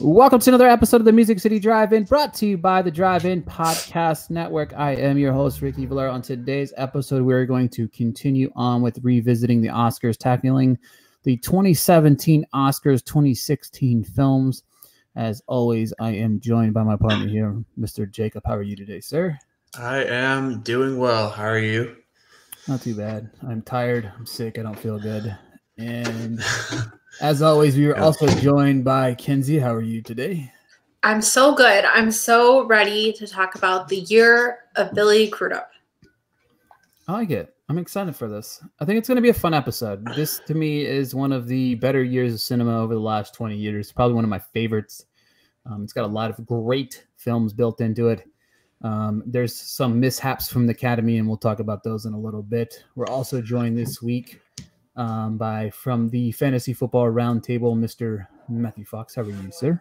Welcome to another episode of the Music City Drive In, brought to you by the Drive In Podcast Network. I am your host, Ricky Valero. On today's episode, we are going to continue on with revisiting the Oscars, tackling the 2017 Oscars 2016 films. As always, I am joined by my partner here, Mr. Jacob. How are you today, sir? I am doing well. How are you? Not too bad. I'm tired. I'm sick. I don't feel good. And as always, we are also joined by Kenzie. How are you today? I'm so good. I'm so ready to talk about the year of Billy Crudup. I like it. I'm excited for this. I think it's going to be a fun episode. This, to me, is one of the better years of cinema over the last 20 years. Probably one of my favorites. Um, it's got a lot of great films built into it. Um, there's some mishaps from the Academy, and we'll talk about those in a little bit. We're also joined this week um, by from the fantasy football roundtable, Mr. Matthew Fox. How are you, sir?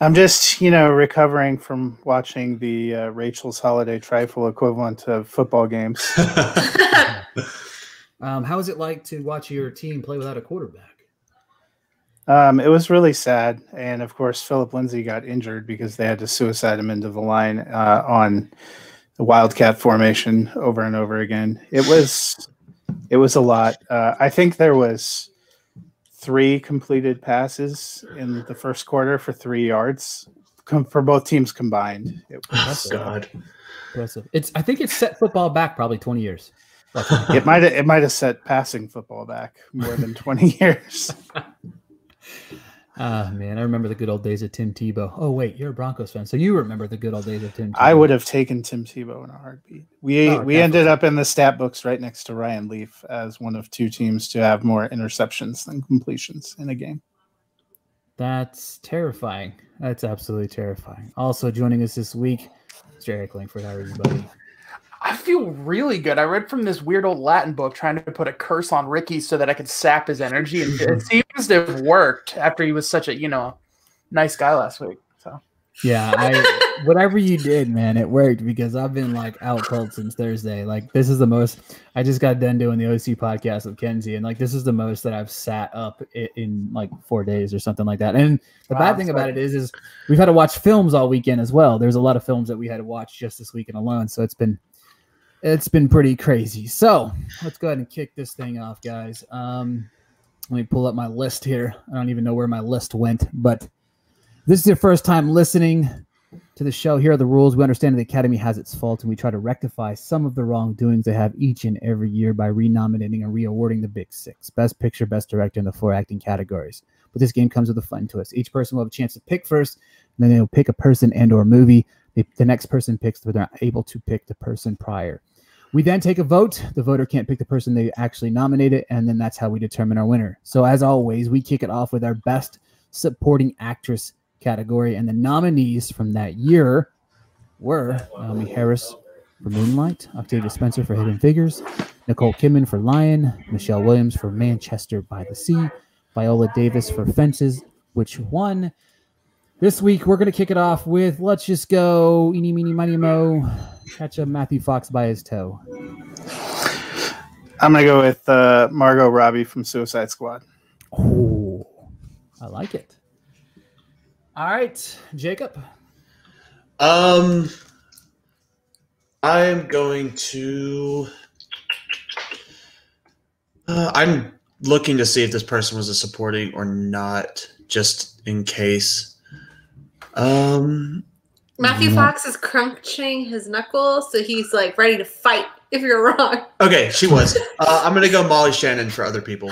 I'm just, you know, recovering from watching the uh, Rachel's Holiday Trifle equivalent of football games. Um, how is it like to watch your team play without a quarterback? Um, it was really sad, and of course, Philip Lindsay got injured because they had to suicide him into the line uh, on the wildcat formation over and over again. It was, it was a lot. Uh, I think there was three completed passes in the first quarter for three yards com- for both teams combined. It Oh, was, God. Impressive. It's I think it's set football back probably 20 years. it might it might have set passing football back more than twenty years. Ah man, I remember the good old days of Tim Tebow. Oh wait, you're a Broncos fan, so you remember the good old days of Tim. Tebow. I would have taken Tim Tebow in a heartbeat. We Oh, we ended up in the stat books right next to Ryan Leaf as one of two teams to have more interceptions than completions in a game. That's terrifying. That's absolutely terrifying. Also joining us this week, Mr. Eric Langford. How are you, buddy? I feel really good. I read from this weird old Latin book trying to put a curse on Ricky so that I could sap his energy, and it seems to have worked after he was such a you know nice guy last week. So Yeah, I whatever you did, man, it worked because I've been like out cold since Thursday. Like this is the most I just got done doing the OC podcast with Kenzie, and like this is the most that I've sat up in, in like four days or something like that. And the Wow, bad thing about it is, is we've had to watch films all weekend as well. There's a lot of films that we had to watch just this weekend alone, so it's been it's been pretty crazy. So let's go ahead and kick this thing off, guys. Um, let me pull up my list here. I don't even know where my list went, but this is your first time listening to the show. Here are the rules. We understand the Academy has its faults, and we try to rectify some of the wrongdoings they have each and every year by renominating and reawarding the Big Six Best Picture, Best Director, and the four acting categories. But this game comes with a fun twist. Each person will have a chance to pick first, and then they'll pick a person and/or movie. They, the next person picks, but they're not able to pick the person prior. We then take a vote. The voter can't pick the person they actually nominated, and then that's how we determine our winner. So, as always, we kick it off with our best supporting actress category, and the nominees from that year were Naomi Harris for Moonlight, Octavia Spencer for Hidden Figures, Nicole Kidman for Lion, Michelle Williams for Manchester by the Sea, Viola Davis for Fences, which won. This week we're gonna kick it off with let's just go eeny meeny miny mo catch up Matthew Fox by his toe. I'm gonna go with uh, Margot Robbie from Suicide Squad. Oh, I like it. All right, Jacob. Um, I'm going to. Uh, I'm looking to see if this person was a supporting or not, just in case. Um, Matthew Mhm. Fox is crunching his knuckles, so he's like ready to fight if you're wrong. okay, she was. uh, I'm gonna go Molly Shannon for other people.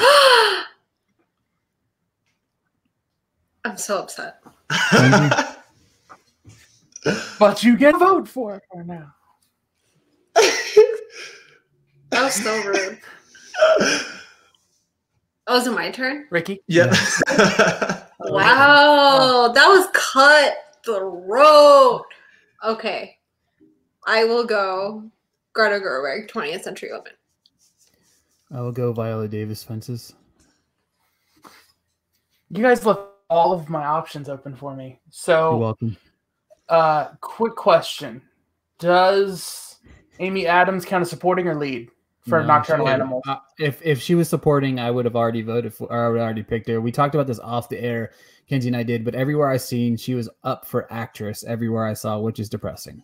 I'm so upset. but you get a vote for it for now. That was so rude. Oh, is it my turn? Ricky, yep. Wow, that was cut the road. Okay, I will go Greta Gerwig, 20th Century Woman. I will go Viola Davis fences. you guys left all of my options open for me. You're So, welcome. uh, quick question: Does Amy Adams count as supporting or lead? for No, nocturnal she- animals. uh, if if she was supporting, I would have already voted for. Or I would have already picked her. We talked about this off the air, Kenzie and I did. But everywhere I seen, she was up for actress. Everywhere I saw, which is depressing.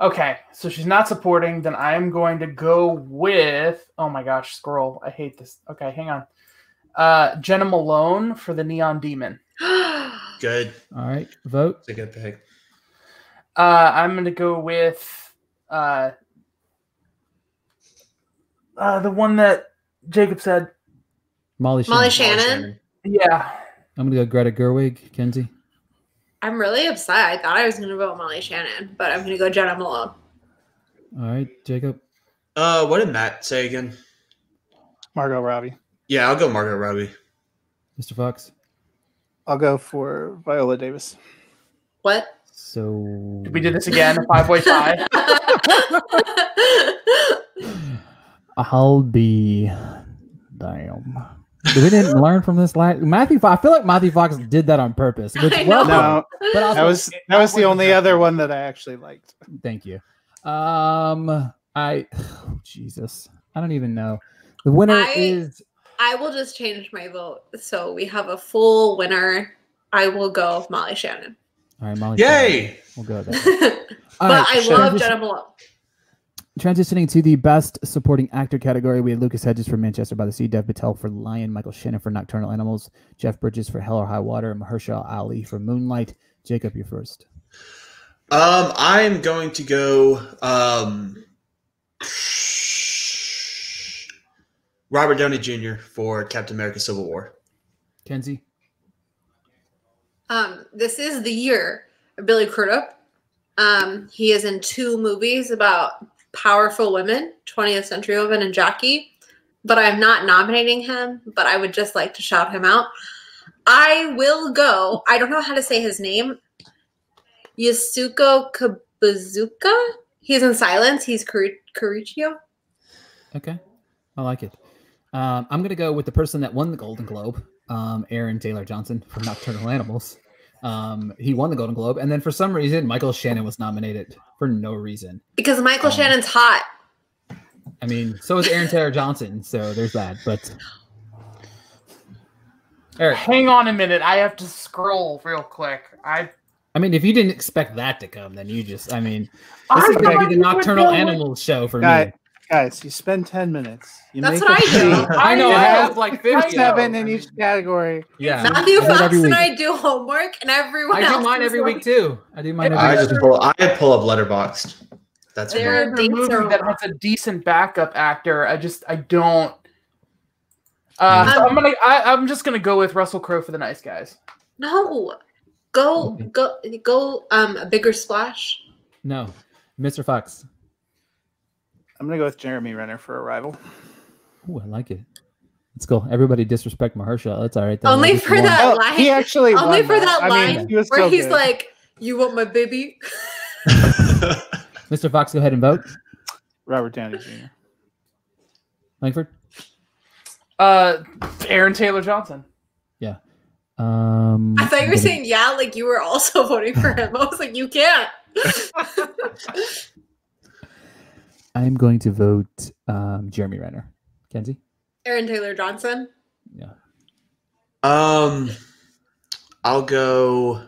Okay, so she's not supporting. Then I am going to go with. Oh my gosh, scroll. I hate this. Okay, hang on. Uh, Jenna Malone for the Neon Demon. Good. All right, vote. It's a good pick. Uh, I'm going to go with uh, uh, the one that Jacob said. Molly. Molly Shannon. Shannon. Yeah, I'm gonna go Greta Gerwig. Kenzie. I'm really upset. I thought I was going to vote Molly Shannon, but I'm going to go Jenna Malone. All right, Jacob. Uh, what did Matt say again? Margot Robbie. Yeah, I'll go Margot Robbie. Mr. Fox. I'll go for Viola Davis. What? So we did this again. Five way five. I'll be damn. We didn't learn from this last Matthew Fox. I feel like Matthew Fox did that on purpose. Which, I well know. done. No, But also, that was that was the only other one that I actually liked. thank you. Um, I Jesus, I don't even know. The winner I- is I will just change my vote. So we have a full winner. I will go Molly Shannon. all right, Molly. Shannon. Yay! we'll go with that. but All right, I sure. love Transi- Jenna Malone. Transitioning to the best supporting actor category, we had Lucas Hedges for Manchester by the Sea, Dev Patel for Lion, Michael Shannon for Nocturnal Animals, Jeff Bridges for Hell or High Water, and Mahershala Ali for Moonlight. Jacob, you're first. Um, I'm going to go. Um, Robert Downey Jr. for Captain America: Civil War. Kenzie. Um, this is the year of Billy Crudup. Um, he is in two movies about powerful women, 20th Century Woman and Jockey. But I'm not nominating him, but I would just like to shout him out. I will go. I don't know how to say his name. Yasuko Kabuzuka. He's in silence. He's Cari- Caricio. Okay, I like it. Um, I'm gonna go with the person that won the Golden Globe, um, Aaron Taylor Johnson for Nocturnal Animals. Um, he won the Golden Globe, and then for some reason, Michael Shannon was nominated for no reason. Because Michael Um, Shannon's hot. I mean, so is Aaron Taylor Johnson, so there's that. But Eric, hang on a minute. I have to scroll real quick. I. I mean, if you didn't expect that to come, then you just, I mean, this I is going to thought be you the would Nocturnal go with- Animals show for Guy, me. guys, you spend ten minutes. You That's make what a I do. sheet. I know, I have have like Pick 50 seven in each category. Yeah. Matthew I do it Fox every and week. I do homework, and everyone I else do mine is every like- week too. I do mine every I week. just pull. I pull up Letterboxd. That's There me. are dates movie are that over. has a decent backup actor. I just I don't. Uh, so Um, I'm gonna I, I'm just gonna go with Russell Crowe for the Nice Guys. No. Go Okay. go go um a bigger splash. No. Mr. Fox. I'm gonna go with Jeremy Renner for Arrival. Ooh, I like it. Let's go. Everybody disrespect Mahershala. That's all right. then. Only At least for he won. that Oh, line. he actually Only won for that I mean, line he was where so he's good. like, You want my baby? Mr. Fox, go ahead and vote. Robert Downey Jr. Langford? Uh, Aaron Taylor Johnson. Um, I thought you I'm were gonna- saying yeah, like you were also voting for him. I was like, You can't. I'm going to vote um, Jeremy Renner. Kenzie? Aaron Taylor Johnson. Yeah. um, I'll go.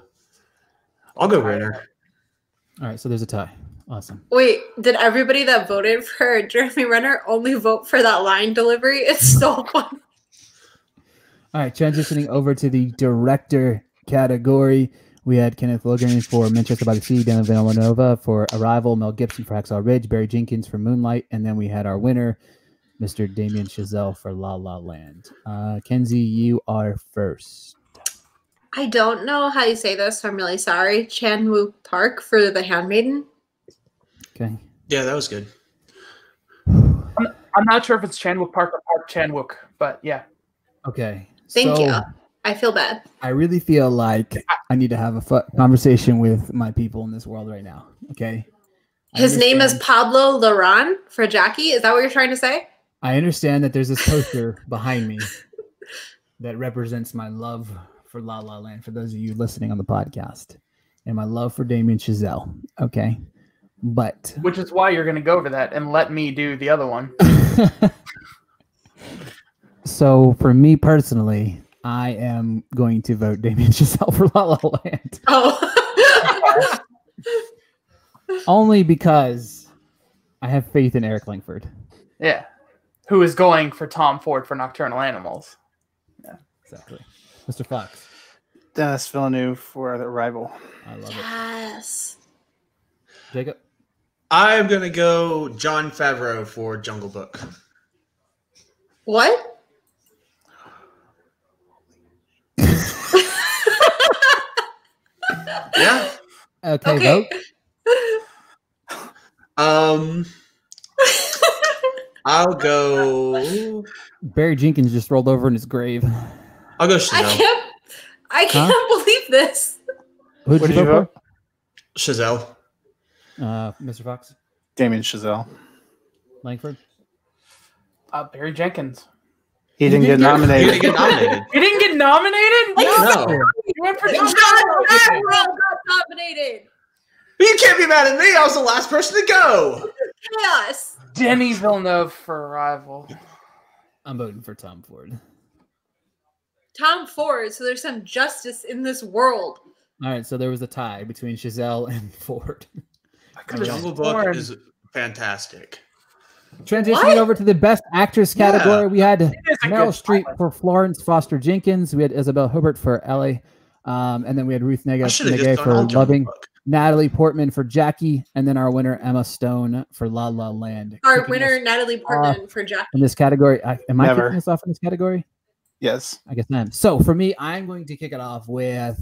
I'll go Renner. All right. So there's a tie. Awesome. Wait, did everybody that voted for Jeremy Renner only vote for that line delivery? It's so funny. All right, transitioning over to the director category, we had Kenneth Logan for Manchester by the Sea, Dan Villanova for Arrival, Mel Gibson for Hacksaw Ridge, Barry Jenkins for Moonlight, and then we had our winner, Mr. Damien Chazelle for La La Land. Uh, Kenzie, you are first. I don't know how you say this, so I'm really sorry. Chan Wu Park for the Handmaiden. Okay. Yeah, that was good. I'm not sure if it's Chanwook Park or Park Chanwook, but yeah. Okay. Thank so you. I feel bad. I really feel like I need to have a fu- conversation with my people in this world right now. Okay. I His name is understand- Pablo Laran for Jackie. Is that what you're trying to say? I understand that there's this poster behind me that represents my love for La La Land for those of you listening on the podcast and my love for Damien Chazelle. Okay. But Which is why you're gonna go over that and let me do the other one. so for me personally, I am going to vote Damien Chazelle for La La Land Oh. only because I have faith in Eric Langford. Yeah. Who is going for Tom Ford for Nocturnal Animals? Exactly, Mr. Fox. Dennis Villeneuve for the rival. I love it. yes. Jacob. I'm gonna go John Favreau for Jungle Book. What? Yeah. Okay, Okay. vote. Um, I'll go. Barry Jenkins just rolled over in his grave. I'll go I Chazelle. can't. I can't believe this. Who'd What'd you you vote Chazelle. for? Uh, Mr. Fox, Damien Chazelle. Langford. Uh, Barry Jenkins. He didn't You're get gonna nominated. get nominated. You didn't get nominated? No, You went for John John Favreau got nominated. you can't be mad at me. I was the last person to go. Chaos. Denny Villeneuve for Arrival. I'm voting for Tom Ford. Tom Ford. So there's some justice in this world. All right, so there was a tie between Chazelle and Ford. could've Jungle sworn. Book is fantastic. Transitioning What? over to the best actress category, we had is a Meryl good Streep choice. for Florence Foster Jenkins. We had Isabel Hubert for Ellie. Um, and then we had Ruth I Nega should have just Negay done for all Jungle Loving, Book. Natalie Portman for Jackie, and then our winner, Emma Stone for La La Land. Our Kicking winner, us Natalie Portman for Jack. in this category. I, am I Never. kicking us off in this category? yes. I guess I am. So for me, I'm going to kick it off with.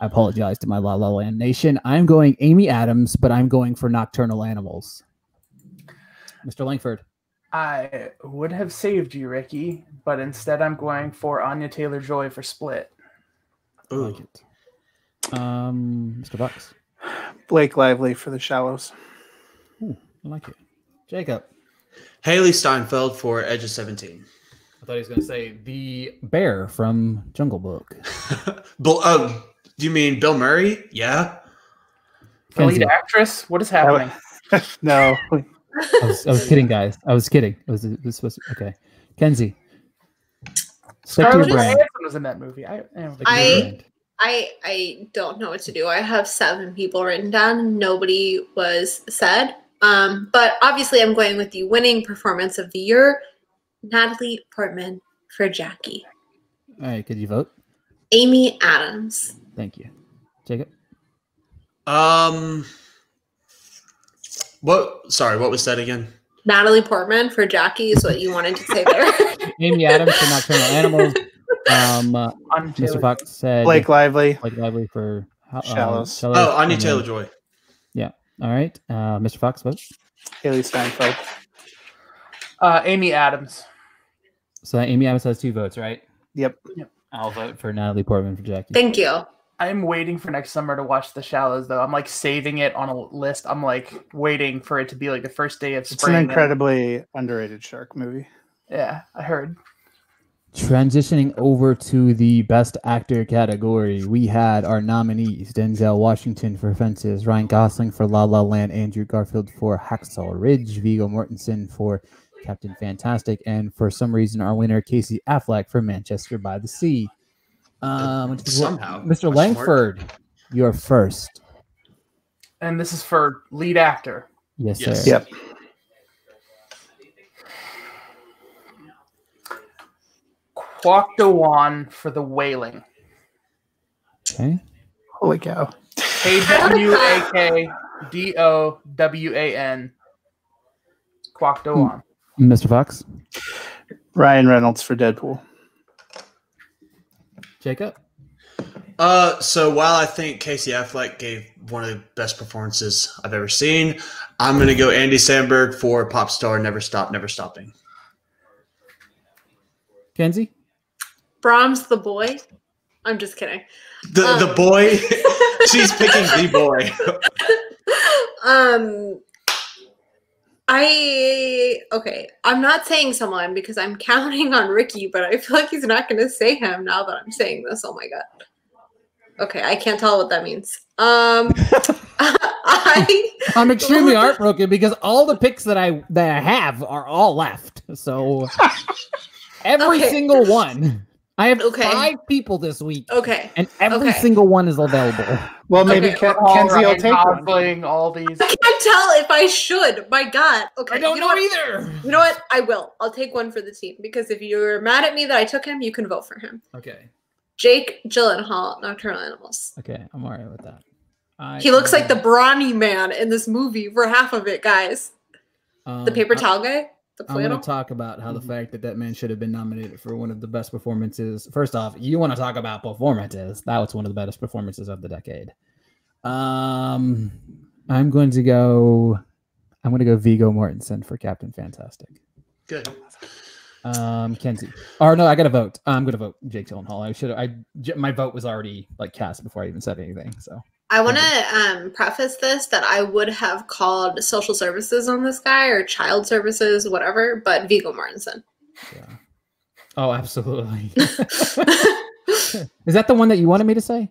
I apologize to my La La Land nation. I'm going Amy Adams, but I'm going for Nocturnal Animals. Mr. Langford. I would have saved you, Ricky, but instead I'm going for Anya Taylor Joy for Split. I like Ooh. it. Um, Mr. Bucks. Blake Lively for the Shallows. I like it. Jacob. Haley Steinfeld for Edge of Seventeen. I thought he was going to say the bear from Jungle Book. Bill, um, you mean Bill Murray? Yeah. The lead Kenzie. actress? What is happening? no. I was, I was kidding, guys. I was kidding. It was, it was supposed to- okay. Kenzie. Stick to your Scarlett brand. Johansson was in that movie. I, I don't think Stick to your I- brand. I I don't know what to do. I have seven people written down. Nobody was said. Um, but obviously, I'm going with the winning performance of the year, Natalie Portman for Jackie. All right. Could you vote? Amy Adams. Thank you. Jacob. Um. What? Sorry. What was that again? Natalie Portman for Jackie is what you wanted to say there. Amy Adams for Nocturnal Animals. Um, uh, Anya Mr. Taylor- Fox said Blake Lively. Blake Lively for uh, Shallows. Shallows. Oh, Anya And Taylor then- Joy. All right. Uh, Mr. Fox votes. Haley Steinfeld. Uh, Amy Adams. So Amy Adams has two votes, right? Yep. I'll vote for Natalie Portman for Jackie. Thank you. I'm waiting for next summer to watch The Shallows, though. I'm like saving it on a list. I'm like waiting for it to be like the first day of spring. It's an and- incredibly underrated shark movie. Yeah, I heard. Transitioning over to the best actor category, we had our nominees Denzel Washington for Fences, Ryan Gosling for La La Land, Andrew Garfield for Hacksaw Ridge, Vigo Mortensen for Captain Fantastic, and for some reason, our winner, Casey Affleck for Manchester by the Sea. Um, Somehow. Mr. Question mark. Langford, you're first. And this is for lead actor. Yes, Yes. sir. Yep. Kwok Dewan for The Wailing. Okay. Holy cow. K W A K D O W A N. Kwok Dewan. Mr. Fox, Ryan Reynolds for Deadpool. Jacob. Uh, so while I think Casey Affleck gave one of the best performances I've ever seen, I'm gonna go Andy Samberg for Pop Star Never Stop Never Stopping. Kenzie. Brahms the boy. I'm just kidding. The Um. the boy, she's picking the boy. um I okay, I'm not saying someone because I'm counting on Ricky, but I feel like he's not going to say him now that I'm saying this. Oh my god. Okay, I can't tell what that means. Um I I'm extremely heartbroken because all the picks that I that I have are all left. So every Okay. single one. I have Okay. five people this week, okay. and every Okay. single one is available. Well, maybe Okay, Ken- All Kenzie will Ryan take one. Gosling, all these. I can't tell if I should. My God. Okay. I don't you know what? either. You know what? I will. I'll take one for the team because if you're mad at me that I took him, you can vote for him. Okay, Jake Gyllenhaal, Nocturnal Animals. okay, I'm alright with that. I He looks like the am- brawny man in this movie for half of it, guys. The um, paper I- towel guy, the I'm going flannel. to talk about how the Mm-hmm. fact that that man should have been nominated for one of the best performances. First off, you want to talk about performances? That was one of the best performances of the decade. Um, I'm going to go. I'm going to go Vigo Mortensen for Captain Fantastic. Good. Um, Kenzie. Or no, I got to vote. I'm going to vote Jake Gyllenhaal. I should. have I j- my vote was already like cast before I even said anything. So I want to um, preface this that I would have called social services on this guy or child services, whatever, but Vigo Mortensen. yeah. Oh, absolutely. Is that the one that you wanted me to say?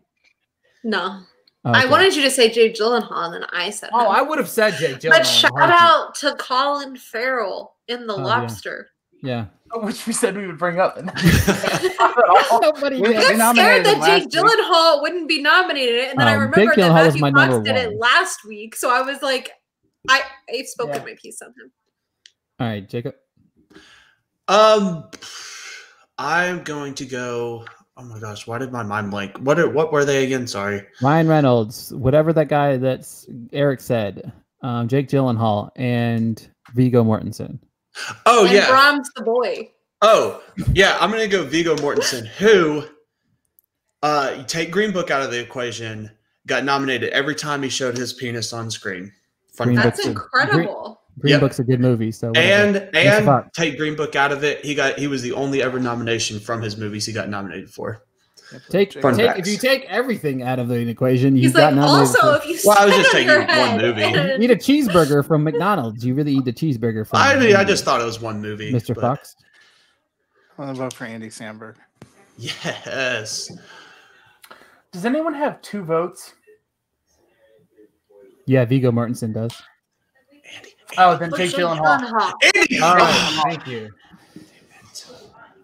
no, Oh, I okay. wanted you to say Jake Gyllenhaal, and then I said, Oh, him. I would have said Jake Gyllenhaal. But shout Hard to- out to Colin Farrell in The Oh, yeah. Lobster. Yeah. which we said we would bring up. And Nobody Wait, did. they I'm scared that nominated him Jake last week. Gyllenhaal wouldn't be nominated, and then I Um, Jake remembered that Gyllenhaal is Matthew my Fox number did it one. last week, so I was like, I I spoke Yeah. my piece on him. All right, Jacob. Um, I'm going to go. Oh my gosh, why did my mind blank? What are what were they again? Sorry. Ryan Reynolds, whatever that guy that's Eric said, um, Jake Gyllenhaal and Vigo Mortensen. Oh and yeah. Brahms the boy. Oh yeah, I'm gonna go Vigo Mortensen, who, uh, you take Green Book out of the equation, got nominated every time he showed his penis on screen. Fun Green fact. Book's That's a- incredible. Green Yep. Book's a good movie, so whatever. and and Fox. take Green Book out of it. He got he was the only ever nomination from his movies he got nominated for. take, Fun take if facts. you take everything out of the equation, you He's got like, nominated. also, for- if you Well, I was stand just on taking your one head movie. and- you eat a cheeseburger from McDonald's. You really eat a cheeseburger from. I mean, I just thought it was one movie. Mr. but- Fox. I'm gonna vote for Andy Samberg. Yes. Does anyone have two votes? Yeah, Vigo Mortensen does. Oh, then But Jake Jake Gyllenhaal. Gyllenhaal. Andy, All Roth. right, thank you.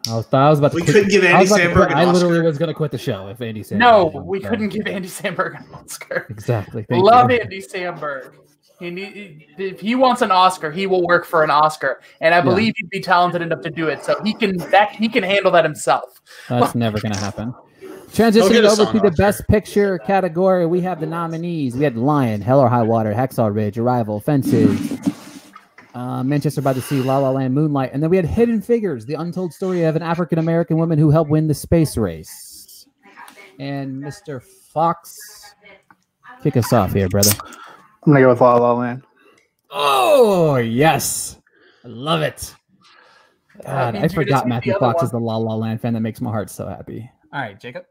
I was, I was about to We quit- couldn't give I Andy was about to quit- Samberg an I literally Oscar. was going to quit the show if Andy Samberg. No, didn't, we so- couldn't give Andy Samberg an Oscar. Exactly. Thank Love you. Andy Samberg. He need, if he wants an Oscar, he will work for an Oscar, and I believe he'd be talented enough to do it. So he can that he can handle that himself. That's never going to happen. He'll get Transitioning a over song to the Oscar. best picture category, we have the nominees. We had Lion, Hell or High Water, Hacksaw Ridge, Arrival, Fences, uh, Manchester by the Sea, La La Land, Moonlight, and then we had Hidden Figures: The Untold Story of an African American Woman Who Helped Win the Space Race. And Mr. Fox, kick us off here, brother. I'm gonna go with La La Land. Oh yes, I love it. God, I means you can just forgot pick Matthew the other Fox one. is the La La Land fan. That makes my heart so happy. All right, Jacob,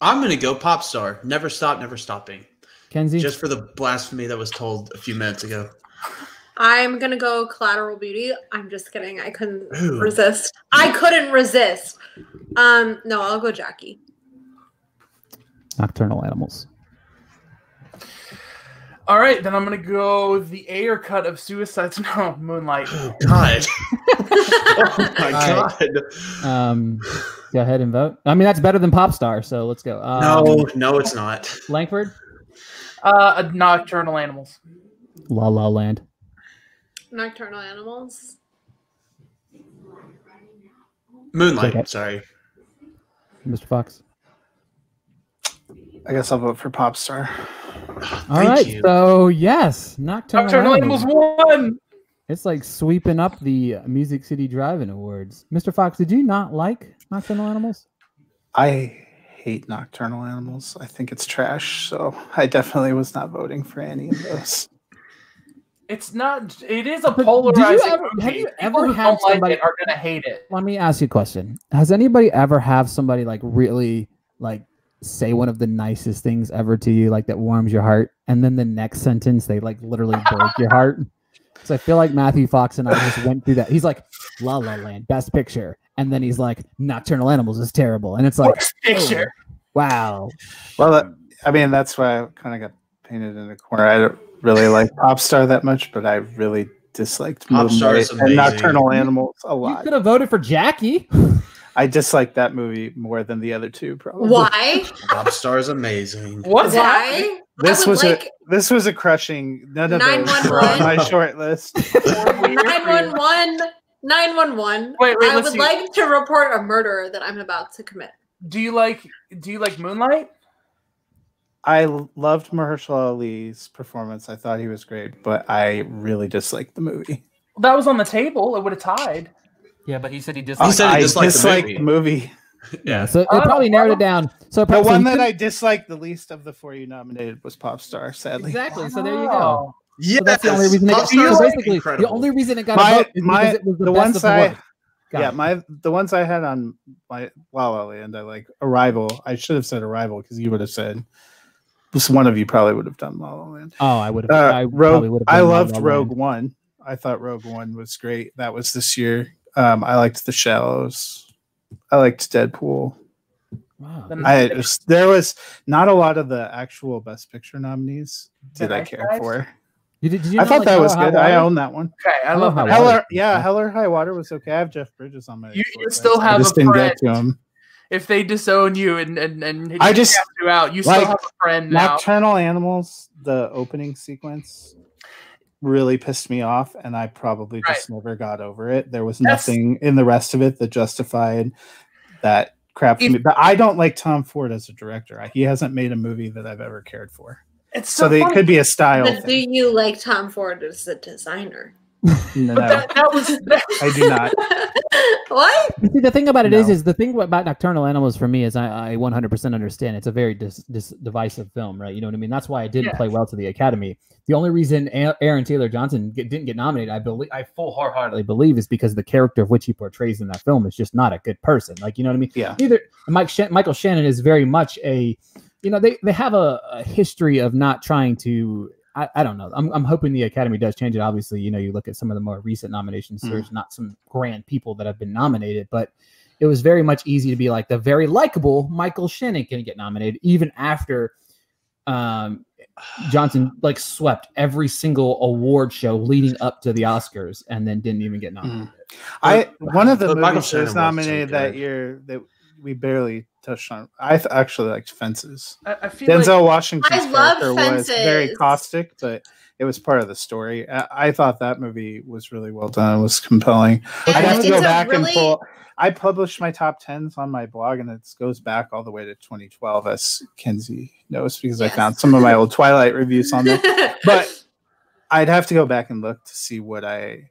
I'm gonna go pop star. Never stop, never stopping. Kenzie. Just for the blasphemy that was told a few minutes ago. I'm gonna go collateral beauty. I'm just kidding. I couldn't Ooh. resist. I couldn't resist. Um, no, I'll go Jackie. Nocturnal Animals. All right, then I'm gonna go the air cut of Suicide's No Moonlight. Oh God. oh my All God. Um, go ahead and vote. I mean, that's better than Popstar, so let's go. Um, No, no, it's not. Langford, Uh, Nocturnal Animals. La La Land. Nocturnal animals. Moonlight. Okay. Sorry. Mr. Fox. I guess I'll vote for Popstar. All right, Thank you. so yes, Nocturnal, Nocturnal Animals. Animals won. It's like sweeping up the Music City Drive-In awards. Mr. Fox, did you not like Nocturnal Animals? I hate nocturnal animals. I think it's trash. So I definitely was not voting for any of those. It's not. It is a But did you polarizing ever- movie. have you People ever who had don't like somebody- it are gonna hate it. Let me ask you a question. Has anybody ever have somebody like really like say one of the nicest things ever to you, like that warms your heart, and then the next sentence they like literally break your heart? Because I feel like Matthew Fox and I just went through that. He's like La La Land, Best Picture, and then he's like Nocturnal Animals is terrible, and it's like Worst picture. wow, Well, that- I mean, that's why I kind of got painted in a corner. I don't really like Popstar that much, but I really disliked Popstar Moonlight is and amazing. Nocturnal Animals a You lot. could have voted for Jackie. I disliked that movie more than the other two, probably. Why? Popstar is amazing. What's happening? Why? This I would was like a this was a crushing. None of those were on 911. my short list. nine one one. Nine one one. Wait, wait, I let's would see. like to report a murder that I'm about to commit. Do you like Do you like Moonlight? I loved Mahershala Ali's performance. I thought he was great, but I really disliked the movie. That was on the table. It would have tied. Yeah, but he said he just. He said he I disliked the movie. the movie. Yeah. So it Oh, probably narrowed it well. down. So it The probably, so one you that I couldn't- disliked the least of the four you nominated was Popstar, sadly. exactly. So there you go. Wow. Yeah, So that's the only reason. It, Popstar so is basically, incredible. the only reason it got My- a vote is my- because it was the, the best ones of the I- worst. Got yeah, it. my the ones I had on my La La Land, I like Arrival. I should have said Arrival because you would have said just one of you probably would have done La La Land. Oh, I would have. Uh, I probably Rogue, would have. I done La loved La Land. Rogue One. I thought Rogue One was great. That was this year. Um, I liked The Shallows. I liked Deadpool. Wow. The- I just, there was not a lot of the actual Best Picture nominees. Did The I Nice care Guys? for? You did, did you I not thought like that Hell or was High good. I Water? own that one. Okay, I Oh, love how how well- that. Heller, yeah, Heller High Water was okay. I have Jeff Bridges on my. You- short you list. still I have just a didn't get to friend. him. If they disown you and and and I you just- cast you out, you still like, have a friend now. Nocturnal Animals, the opening sequence really pissed me off, and I probably just never got over it. There was That's- nothing in the rest of it that justified that crap to If- me. But I don't like Tom Ford as a director. I- He hasn't made a movie that I've ever cared for. It's So, so, they, it funny. could be a style But do thing. you like Tom Ford as a designer? No, But that, that was that, I do not. what? You See, the thing about it is, No. is the thing about Nocturnal Animals for me is I, I 100% understand it's a very dis, dis, divisive film, right? You know what I mean? That's why it didn't Yeah. play well to the Academy. The only reason A- Aaron Taylor Johnson get, didn't get nominated, I believe, I full wholeheartedly believe, is because the character of which he portrays in that film is just not a good person. Like, you know what I mean? Yeah. Neither Mike Shan- Michael Shannon is very much a, you know, they, they have a, a history of not trying to. I, I don't know. I'm, I'm hoping the Academy does change it. Obviously, you know, you look at some of the more recent nominations. Mm. There's not some grand people that have been nominated, but it was very much easy to be like the very likable Michael Shannon can get nominated, even after um, Johnson like swept every single award show leading up to the Oscars and then didn't even get nominated. I one of the But Michael movies that Shannon was was nominated so that good. year that we barely touched on. I th- actually liked Fences. I, I feel like Denzel Washington's I love character was very fences. caustic, but it was part of the story. I, I thought that movie was really well done. It was compelling. I'd have It's to go a back and really- pull. I published my top tens on my blog, and it goes back all the way to 2012, as Kenzie knows, because I Yes. found some of my old Twilight reviews on there. But I'd have to go back and look to see what I.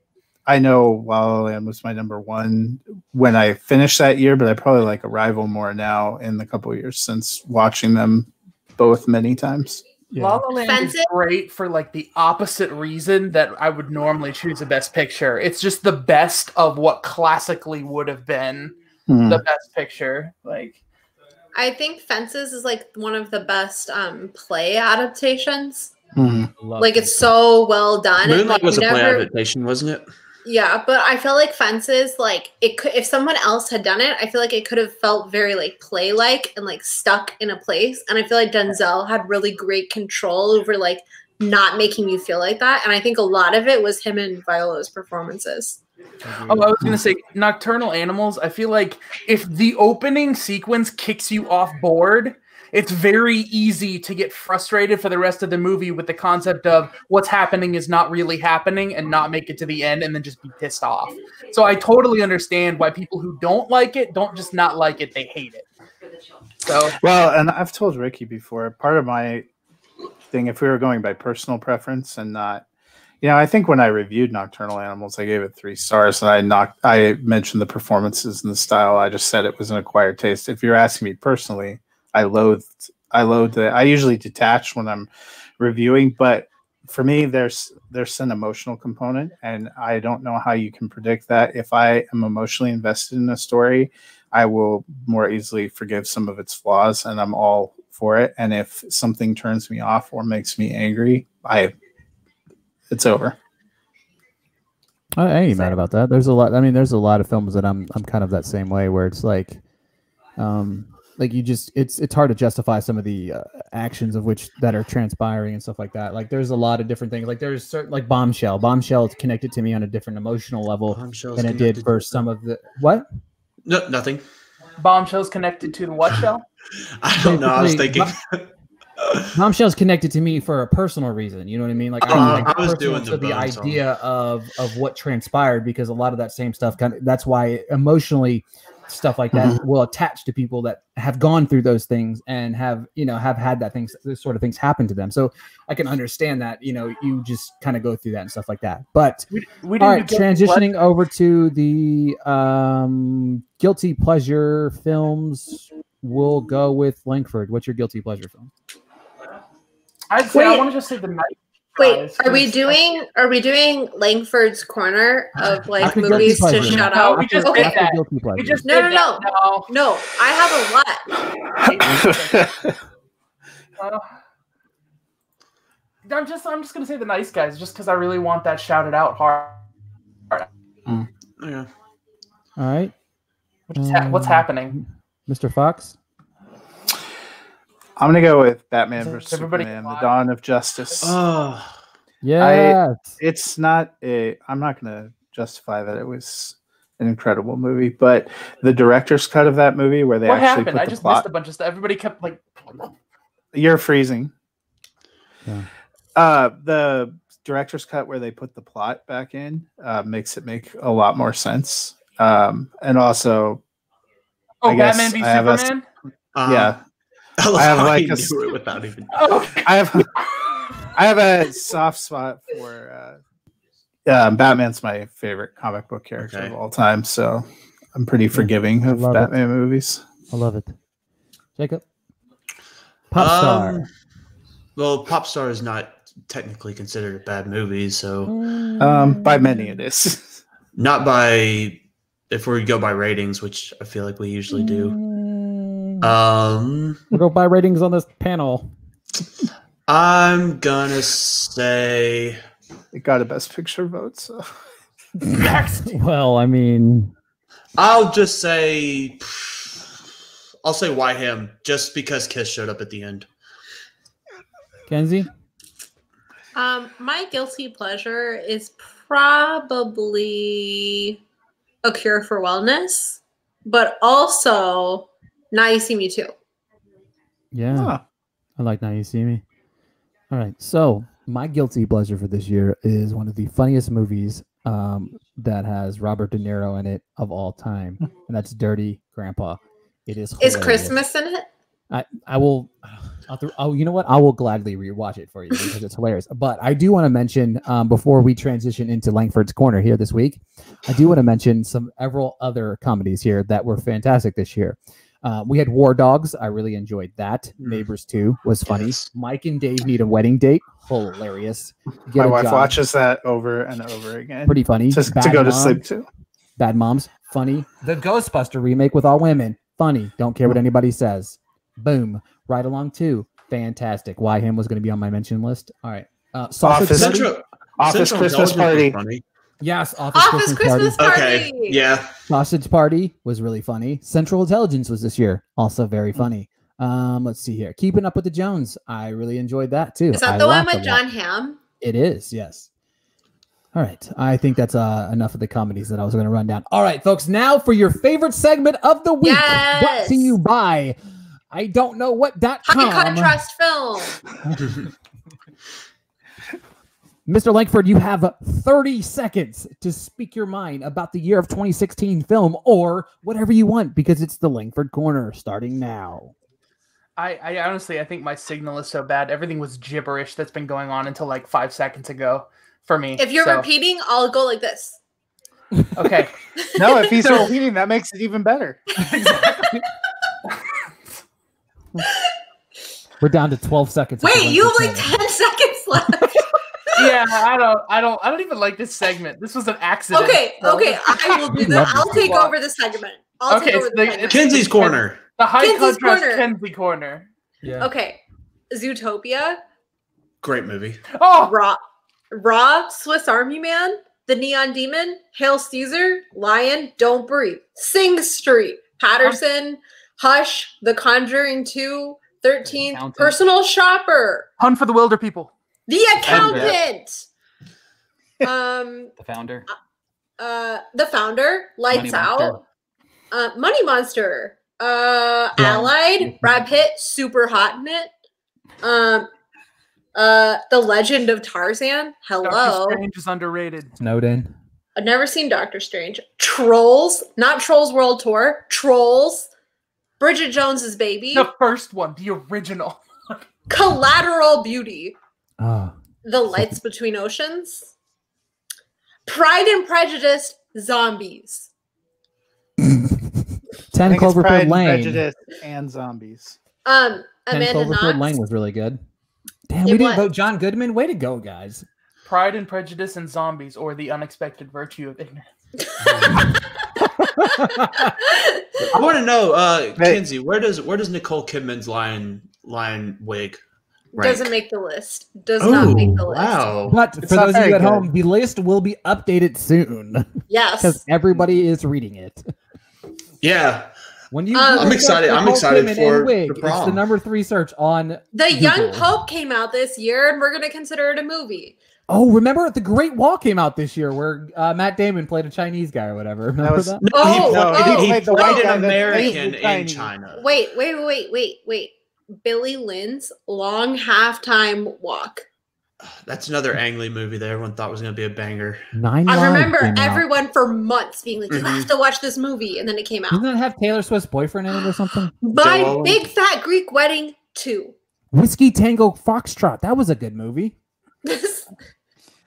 I know La La Land was my number one when I finished that year, but I probably like Arrival more now in the couple years since watching them both many times. La La Land Fences? is great for like the opposite reason that I would normally choose a best picture. It's just the best of what classically would have been Hmm. the best picture. Like I think Fences is like one of the best um play adaptations. Hmm. Love Like it. it's so well done. and, Moonlight like, was a you play never- adaptation, wasn't it? Yeah, but I felt like Fences, like it could if someone else had done it, I feel like it could have felt very like play like and like stuck in a place. And I feel like Denzel had really great control over like not making you feel like that. And I think a lot of it was him and Viola's performances. oh, I was gonna say Nocturnal Animals. I feel like if the opening sequence kicks you off board, it's very easy to get frustrated for the rest of the movie with the concept of what's happening is not really happening and not make it to the end and then just be pissed off. So I totally understand why people who don't like it don't just not like it, they hate it. So Well, and I've told Ricky before, part of my thing, if we were going by personal preference and not, you know, I think when I reviewed Nocturnal Animals, I gave it three stars and I knocked, I mentioned the performances and the style. I just said it was an acquired taste. If you're asking me personally, I loathed, I loathed it. I usually detach when I'm reviewing, but for me, there's there's an emotional component, and I don't know how you can predict that. If I am emotionally invested in a story, I will more easily forgive some of its flaws and I'm all for it. And if something turns me off or makes me angry, I it's over. I I ain't mad about that. There's a lot. I mean, there's a lot of films that I'm I'm kind of that same way where it's like, um, like you just it's it's hard to justify some of the uh, actions of which that are transpiring and stuff like that. Like there's a lot of different things. Like there's certain like bombshell. Bombshell is connected to me on a different emotional level Bombshells than it connected- did for some of the what? No, nothing. Bombshells connected to the what shell? I don't know. I was Basically, thinking. Bombshell's connected to me for a personal reason. You know what I mean? Like Oh, I'm, I was personal doing the to the bones on it. idea of of what transpired because a lot of that same stuff kind of that's why emotionally stuff like that Mm-hmm. will attach to people that have gone through those things and have you know have had that things those sort of things happen to them. So I can understand that you know you just kind of go through that and stuff like that. But We, we all right, get what- transitioning over to the um guilty pleasure films. We'll go with Langford. What's your guilty pleasure film? I'd say I Wait. want to just say the night. Wait, Guys, are we please. doing are we doing Langford's corner of like could go movies deeper. to shout No, out? we just Okay. did that. guilty pleasure. We just No, did no, that. No, I have a lot. no. Uh, I'm just I'm just gonna say the nice guys just because I really want that shouted out hard. yeah. All right, Which is ha- what's Mm. Um, happening? Mr. Fox. I'm gonna go with Batman Is versus everybody Uh, Superman: alive? The Dawn of Justice. Oh, Yes. it's not a. I'm not gonna justify that it was an incredible movie, but the director's cut of that movie where they What actually happened? put I the just plot. missed a bunch of stuff. Everybody kept like You're freezing. Yeah. Uh, the director's cut where they put the plot back in uh, makes it make a lot more sense. Um, and also, Oh, I guess Batman v I have a- Superman? um, yeah, I, love I have how like he a- knew it without even. Oh, I have I have a soft spot for. Uh, um, Batman's my favorite comic book character Okay. of all time, so I'm pretty forgiving of love it. Batman movies. I love it. Jacob. Pop star. Um, well, Pop Star is not technically considered a bad movie, so Um, by many, it is. not by if we go by ratings, which I feel like we usually do. Um, We'll go by ratings on this panel. I'm gonna say Mm. it got a best picture vote. So. well, I mean, I'll just say I'll say why him just because Kiss showed up at the end. Kenzie. Um, my guilty pleasure is probably a cure for wellness, but also now you see me too. Yeah, Huh. I like now you see me. All right, so my guilty pleasure for this year is one of the funniest movies um, that has Robert De Niro in it of all time, and that's Dirty Grandpa. It is. Is hilarious. Christmas in it? I I will. I'll throw, oh, you know what? I will gladly rewatch it for you because it's hilarious. But I do want to mention um, before we transition into Langford's Corner here this week, I do want to mention some several other comedies here that were fantastic this year. Uh, we had War Dogs. I really enjoyed that. Mm. Neighbors Two was funny. Yes. Mike and Dave need a wedding date. Hilarious. Get My a wife Job, watches that over and over again. Pretty funny. to, to Bad go to Mom, sleep to. Bad Moms. Funny. The Ghostbuster remake with all women. Funny. Don't care what anybody says. Boom. Right along too. Fantastic. Why him was going to be on my mention list. All right. Uh, sausage. Office- Party. Central Office Central Christmas Intelligence party. was funny. Yes. Office, Office Christmas, Party. Christmas party. Okay. Yeah. Sausage Party was really funny. Central Intelligence was this year, also very Mm. funny. Um, let's see here. Keeping Up with the Jones. I really enjoyed that too. Is that I the one laughed a with lot. John Hamm? It is, yes. All right. I think that's uh, enough of the comedies that I was going to run down. All right, folks. Now for your favorite segment of the week. Brought Yes. to you by I don't know what dot com. High contrast film. Mr. Langford, you have 30 seconds to speak your mind about the year of 2016 film or whatever you want because it's the Langford Corner starting now. I, I honestly I think my signal is so bad. Everything was gibberish that's been going on until like five seconds ago for me. If you're so- repeating, I'll go like this. okay. No, if he's So- repeating, that makes it even better. We're down to 12 seconds. of the Wait, you have Langford like Corner. 10 seconds left. Yeah, I don't I don't I don't even like this segment. This was an accident. Okay, okay, I will do Love that. I'll this take one. over the segment. I'll Okay, take over so the segment. Kenzie's corner. The high Kenzie's contrast corner. Kenzie corner. Yeah. Okay, Zootopia, Great movie. Oh Raw, Raw, Swiss Army Man, The Neon Demon, Hail Caesar, Lion, Don't Breathe, Sing Street, Patterson, Hush, The Conjuring 2, Thirteenth, Accountant. personal shopper, Hunt for the Wilder people. the accountant. um, The founder. uh, the founder, lights Money out. Monster. Uh, Money Monster, uh, Allied, Brad Pitt, super hot in it. Um, uh, The Legend of Tarzan. Hello, Doctor Strange is underrated. Snowden. I've never seen Doctor Strange. Trolls, not Trolls World Tour. Trolls, Bridget Jones's Baby, The first one, the original. Collateral Beauty, Oh, The Lights Between Oceans, Pride and Prejudice, Zombies. I 10 think it's Pride Cloverfield and Lane. Prejudice and zombies. Um, 10 Amanda Cloverfield Knox. Lane was really good. Damn, we It didn't was. vote John Goodman. Way to go, guys. Pride and Prejudice and Zombies, or the unexpected virtue of ignorance. I want to know, uh, Hey. Kinsey, where does where does Nicole Kidman's lion lion wig? rank? Doesn't make the list. Does not make the Ooh, list. Wow. But It's for not those of very you at good. home, the list will be updated soon because Yes. everybody is reading it. Yeah. When you, Um, Google I'm search excited- I'm Nicole excited Kidman and for the wig, It's the prom. number three search on. The Young Google. Pope came out this year, and we're going to consider it a movie. Oh, remember the Great Wall came out this year where uh, Matt Damon played a Chinese guy or whatever. Remember was- that? Oh, no, oh, he played the white Made guy an that ate American the in Chinese. China. Wait, wait, wait, wait, wait. Billy Lynn's long halftime walk. That's another Ang Lee movie that everyone thought was going to be a banger. Nine. I Lives remember came out. everyone for months being like, "You Mm-hmm. Mhm. have to watch this movie," and then it came Didn't out. that have Taylor Swift's boyfriend in it or something? My Joel? Big Fat Greek Wedding Two. Whiskey Tango Foxtrot. That was a good movie. This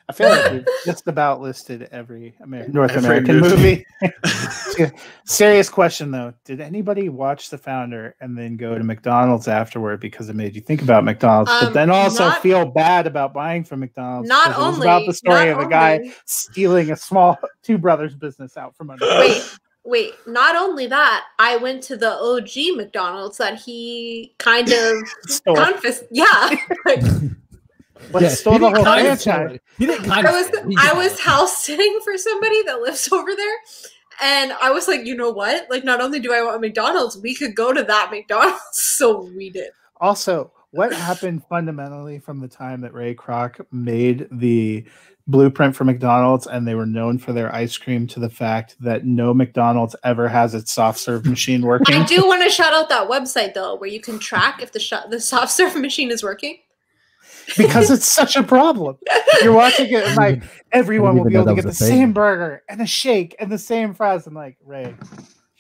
I feel like we've just about listed every Amer- North Every American movie. movie. Serious question though: Did anybody watch The Founder and then go to McDonald's afterward because it made you think about McDonald's, Um, but then also not- feel bad about buying from McDonald's? not 'cause it was only about the story not of a guy only- stealing a small two brothers business out from under. Wait, wait. Not only that, I went to the OG McDonald's that he kind of Store. confiscated. Yeah, like, But Yeah, it stole he the didn't whole kind of franchise. steal it. He didn't kind I of was steal it. He I got was it. house sitting for somebody that lives over there, and I was like, you know what? Like, not only do I want McDonald's, we could go to that McDonald's. So we did. Also, what happened fundamentally from the time that Ray Kroc made the blueprint for McDonald's and they were known for their ice cream to the fact that no McDonald's ever has its soft serve machine I working? do want to shout out that website though, where you can track if the sh- the soft serve machine is working. because it's such a problem. You're watching it and like everyone will even be know able to that get the was a thing. same burger and a shake and the same fries. I'm like, Ray,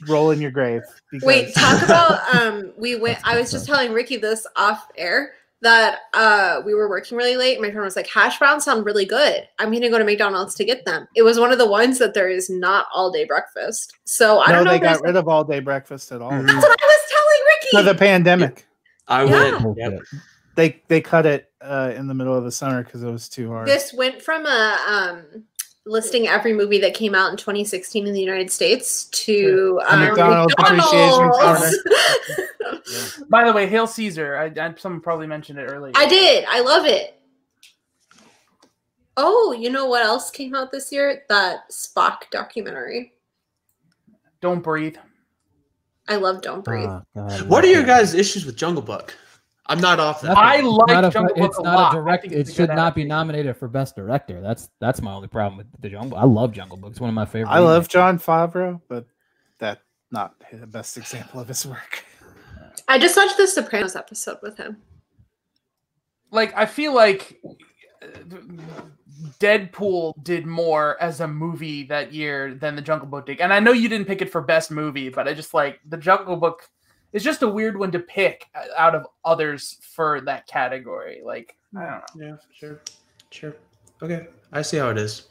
roll in your grave. Because Wait, talk about um we went I was just telling Ricky this off air that uh we were working really late. My friend was like, hash browns sound really good. I'm gonna go to McDonald's to get them. It was one of the ones that there is not all day breakfast. So I no, don't know. they if there's- got rid of all day breakfast at all Mhm. That's what I was for telling the Ricky. pandemic. I Yeah. would. Yep. They they cut it uh, in the middle of the summer because it was too hard. This went from a um listing every movie that came out in 2016 in the United States to The um, McDonald's appreciation McDonald's. By the way, Hail Caesar. I, I someone probably mentioned it earlier. I did. I love it. Oh, you know what else came out this year? That Spock documentary. Don't breathe. I love Don't Breathe. Oh, God, I What love are your that. guys' issues with Jungle Book? I'm not off that. Nothing. I It's like not a- Jungle Book It's a not lot. I a direct. think it's It a should not good be adaptation. nominated for best director. That's that's my only problem with the Jungle. I love Jungle Book. It's one of my favorite. I love John Favreau, but that not the best example of his work. I just watched the Sopranos episode with him. Like I feel like uh, Deadpool did more as a movie that year than the Jungle Book did. And I know you didn't pick it for best movie, but I just like the Jungle Book is just a weird one to pick uh, out of others for that category. Like I don't know. Yeah, sure. Sure. Okay. I see how it is.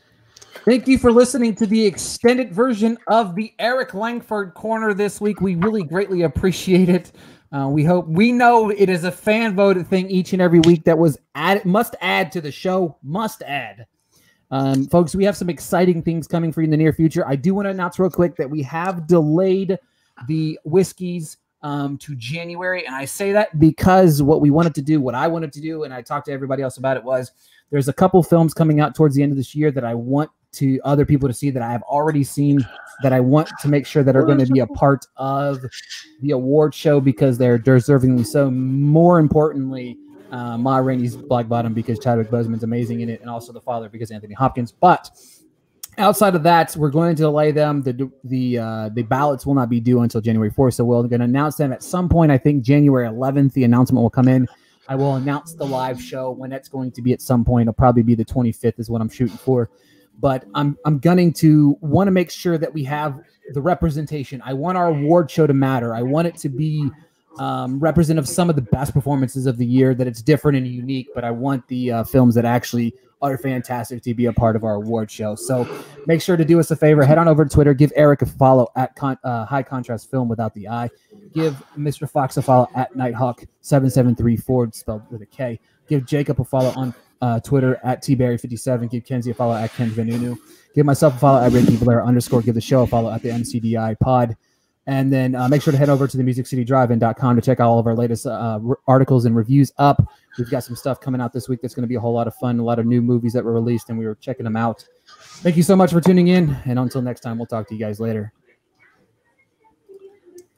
Thank you for listening to the extended version of the Eric Langford Corner this week. We really greatly appreciate it. Uh, we hope we know it is a fan voted thing each and every week that was add must add to the show must add. Um, folks, we have some exciting things coming for you in the near future. I do want to announce real quick that we have delayed the whiskeys um, to January, and I say that because what we wanted to do, what I wanted to do, and I talked to everybody else about it was there's a couple films coming out towards the end of this year that I want to other people to see that I've already seen that I want to make sure that are going to be a part of the award show because they're deservingly so. More importantly, uh, Ma Rainey's Black Bottom because Chadwick Boseman's amazing in it, and also The Father because Anthony Hopkins. But outside of that, we're going to delay them. The the uh, the ballots will not be due until January 4th, so we're going to announce them at some point. I think January 11th, the announcement will come in. I will announce the live show when that's going to be at some point. It'll probably be the 25th is what I'm shooting for. But I'm I'm gunning to want to make sure that we have the representation. I want our award show to matter. I want it to be um, representative of some of the best performances of the year. That it's different and unique. But I want the uh, films that actually are fantastic to be a part of our award show. So make sure to do us a favor. Head on over to Twitter. Give Eric a follow at con- uh, High Contrast Film without the I. Give Mr. Fox a follow at Nighthawk seven seven three Ford spelled with a K. Give Jacob a follow on uh, Twitter at tberry fifty seven. Give Kenzie a follow at Ken Venunu. Give myself a follow at Ricky Blair underscore. Give the show a follow at the MCDI Pod. And then uh, make sure to head over to the musiccitydrivein.com to check out all of our latest uh, r- articles and reviews up. We've got some stuff coming out this week that's going to be a whole lot of fun, a lot of new movies that were released, and we were checking them out. Thank you so much for tuning in. And until next time, we'll talk to you guys later.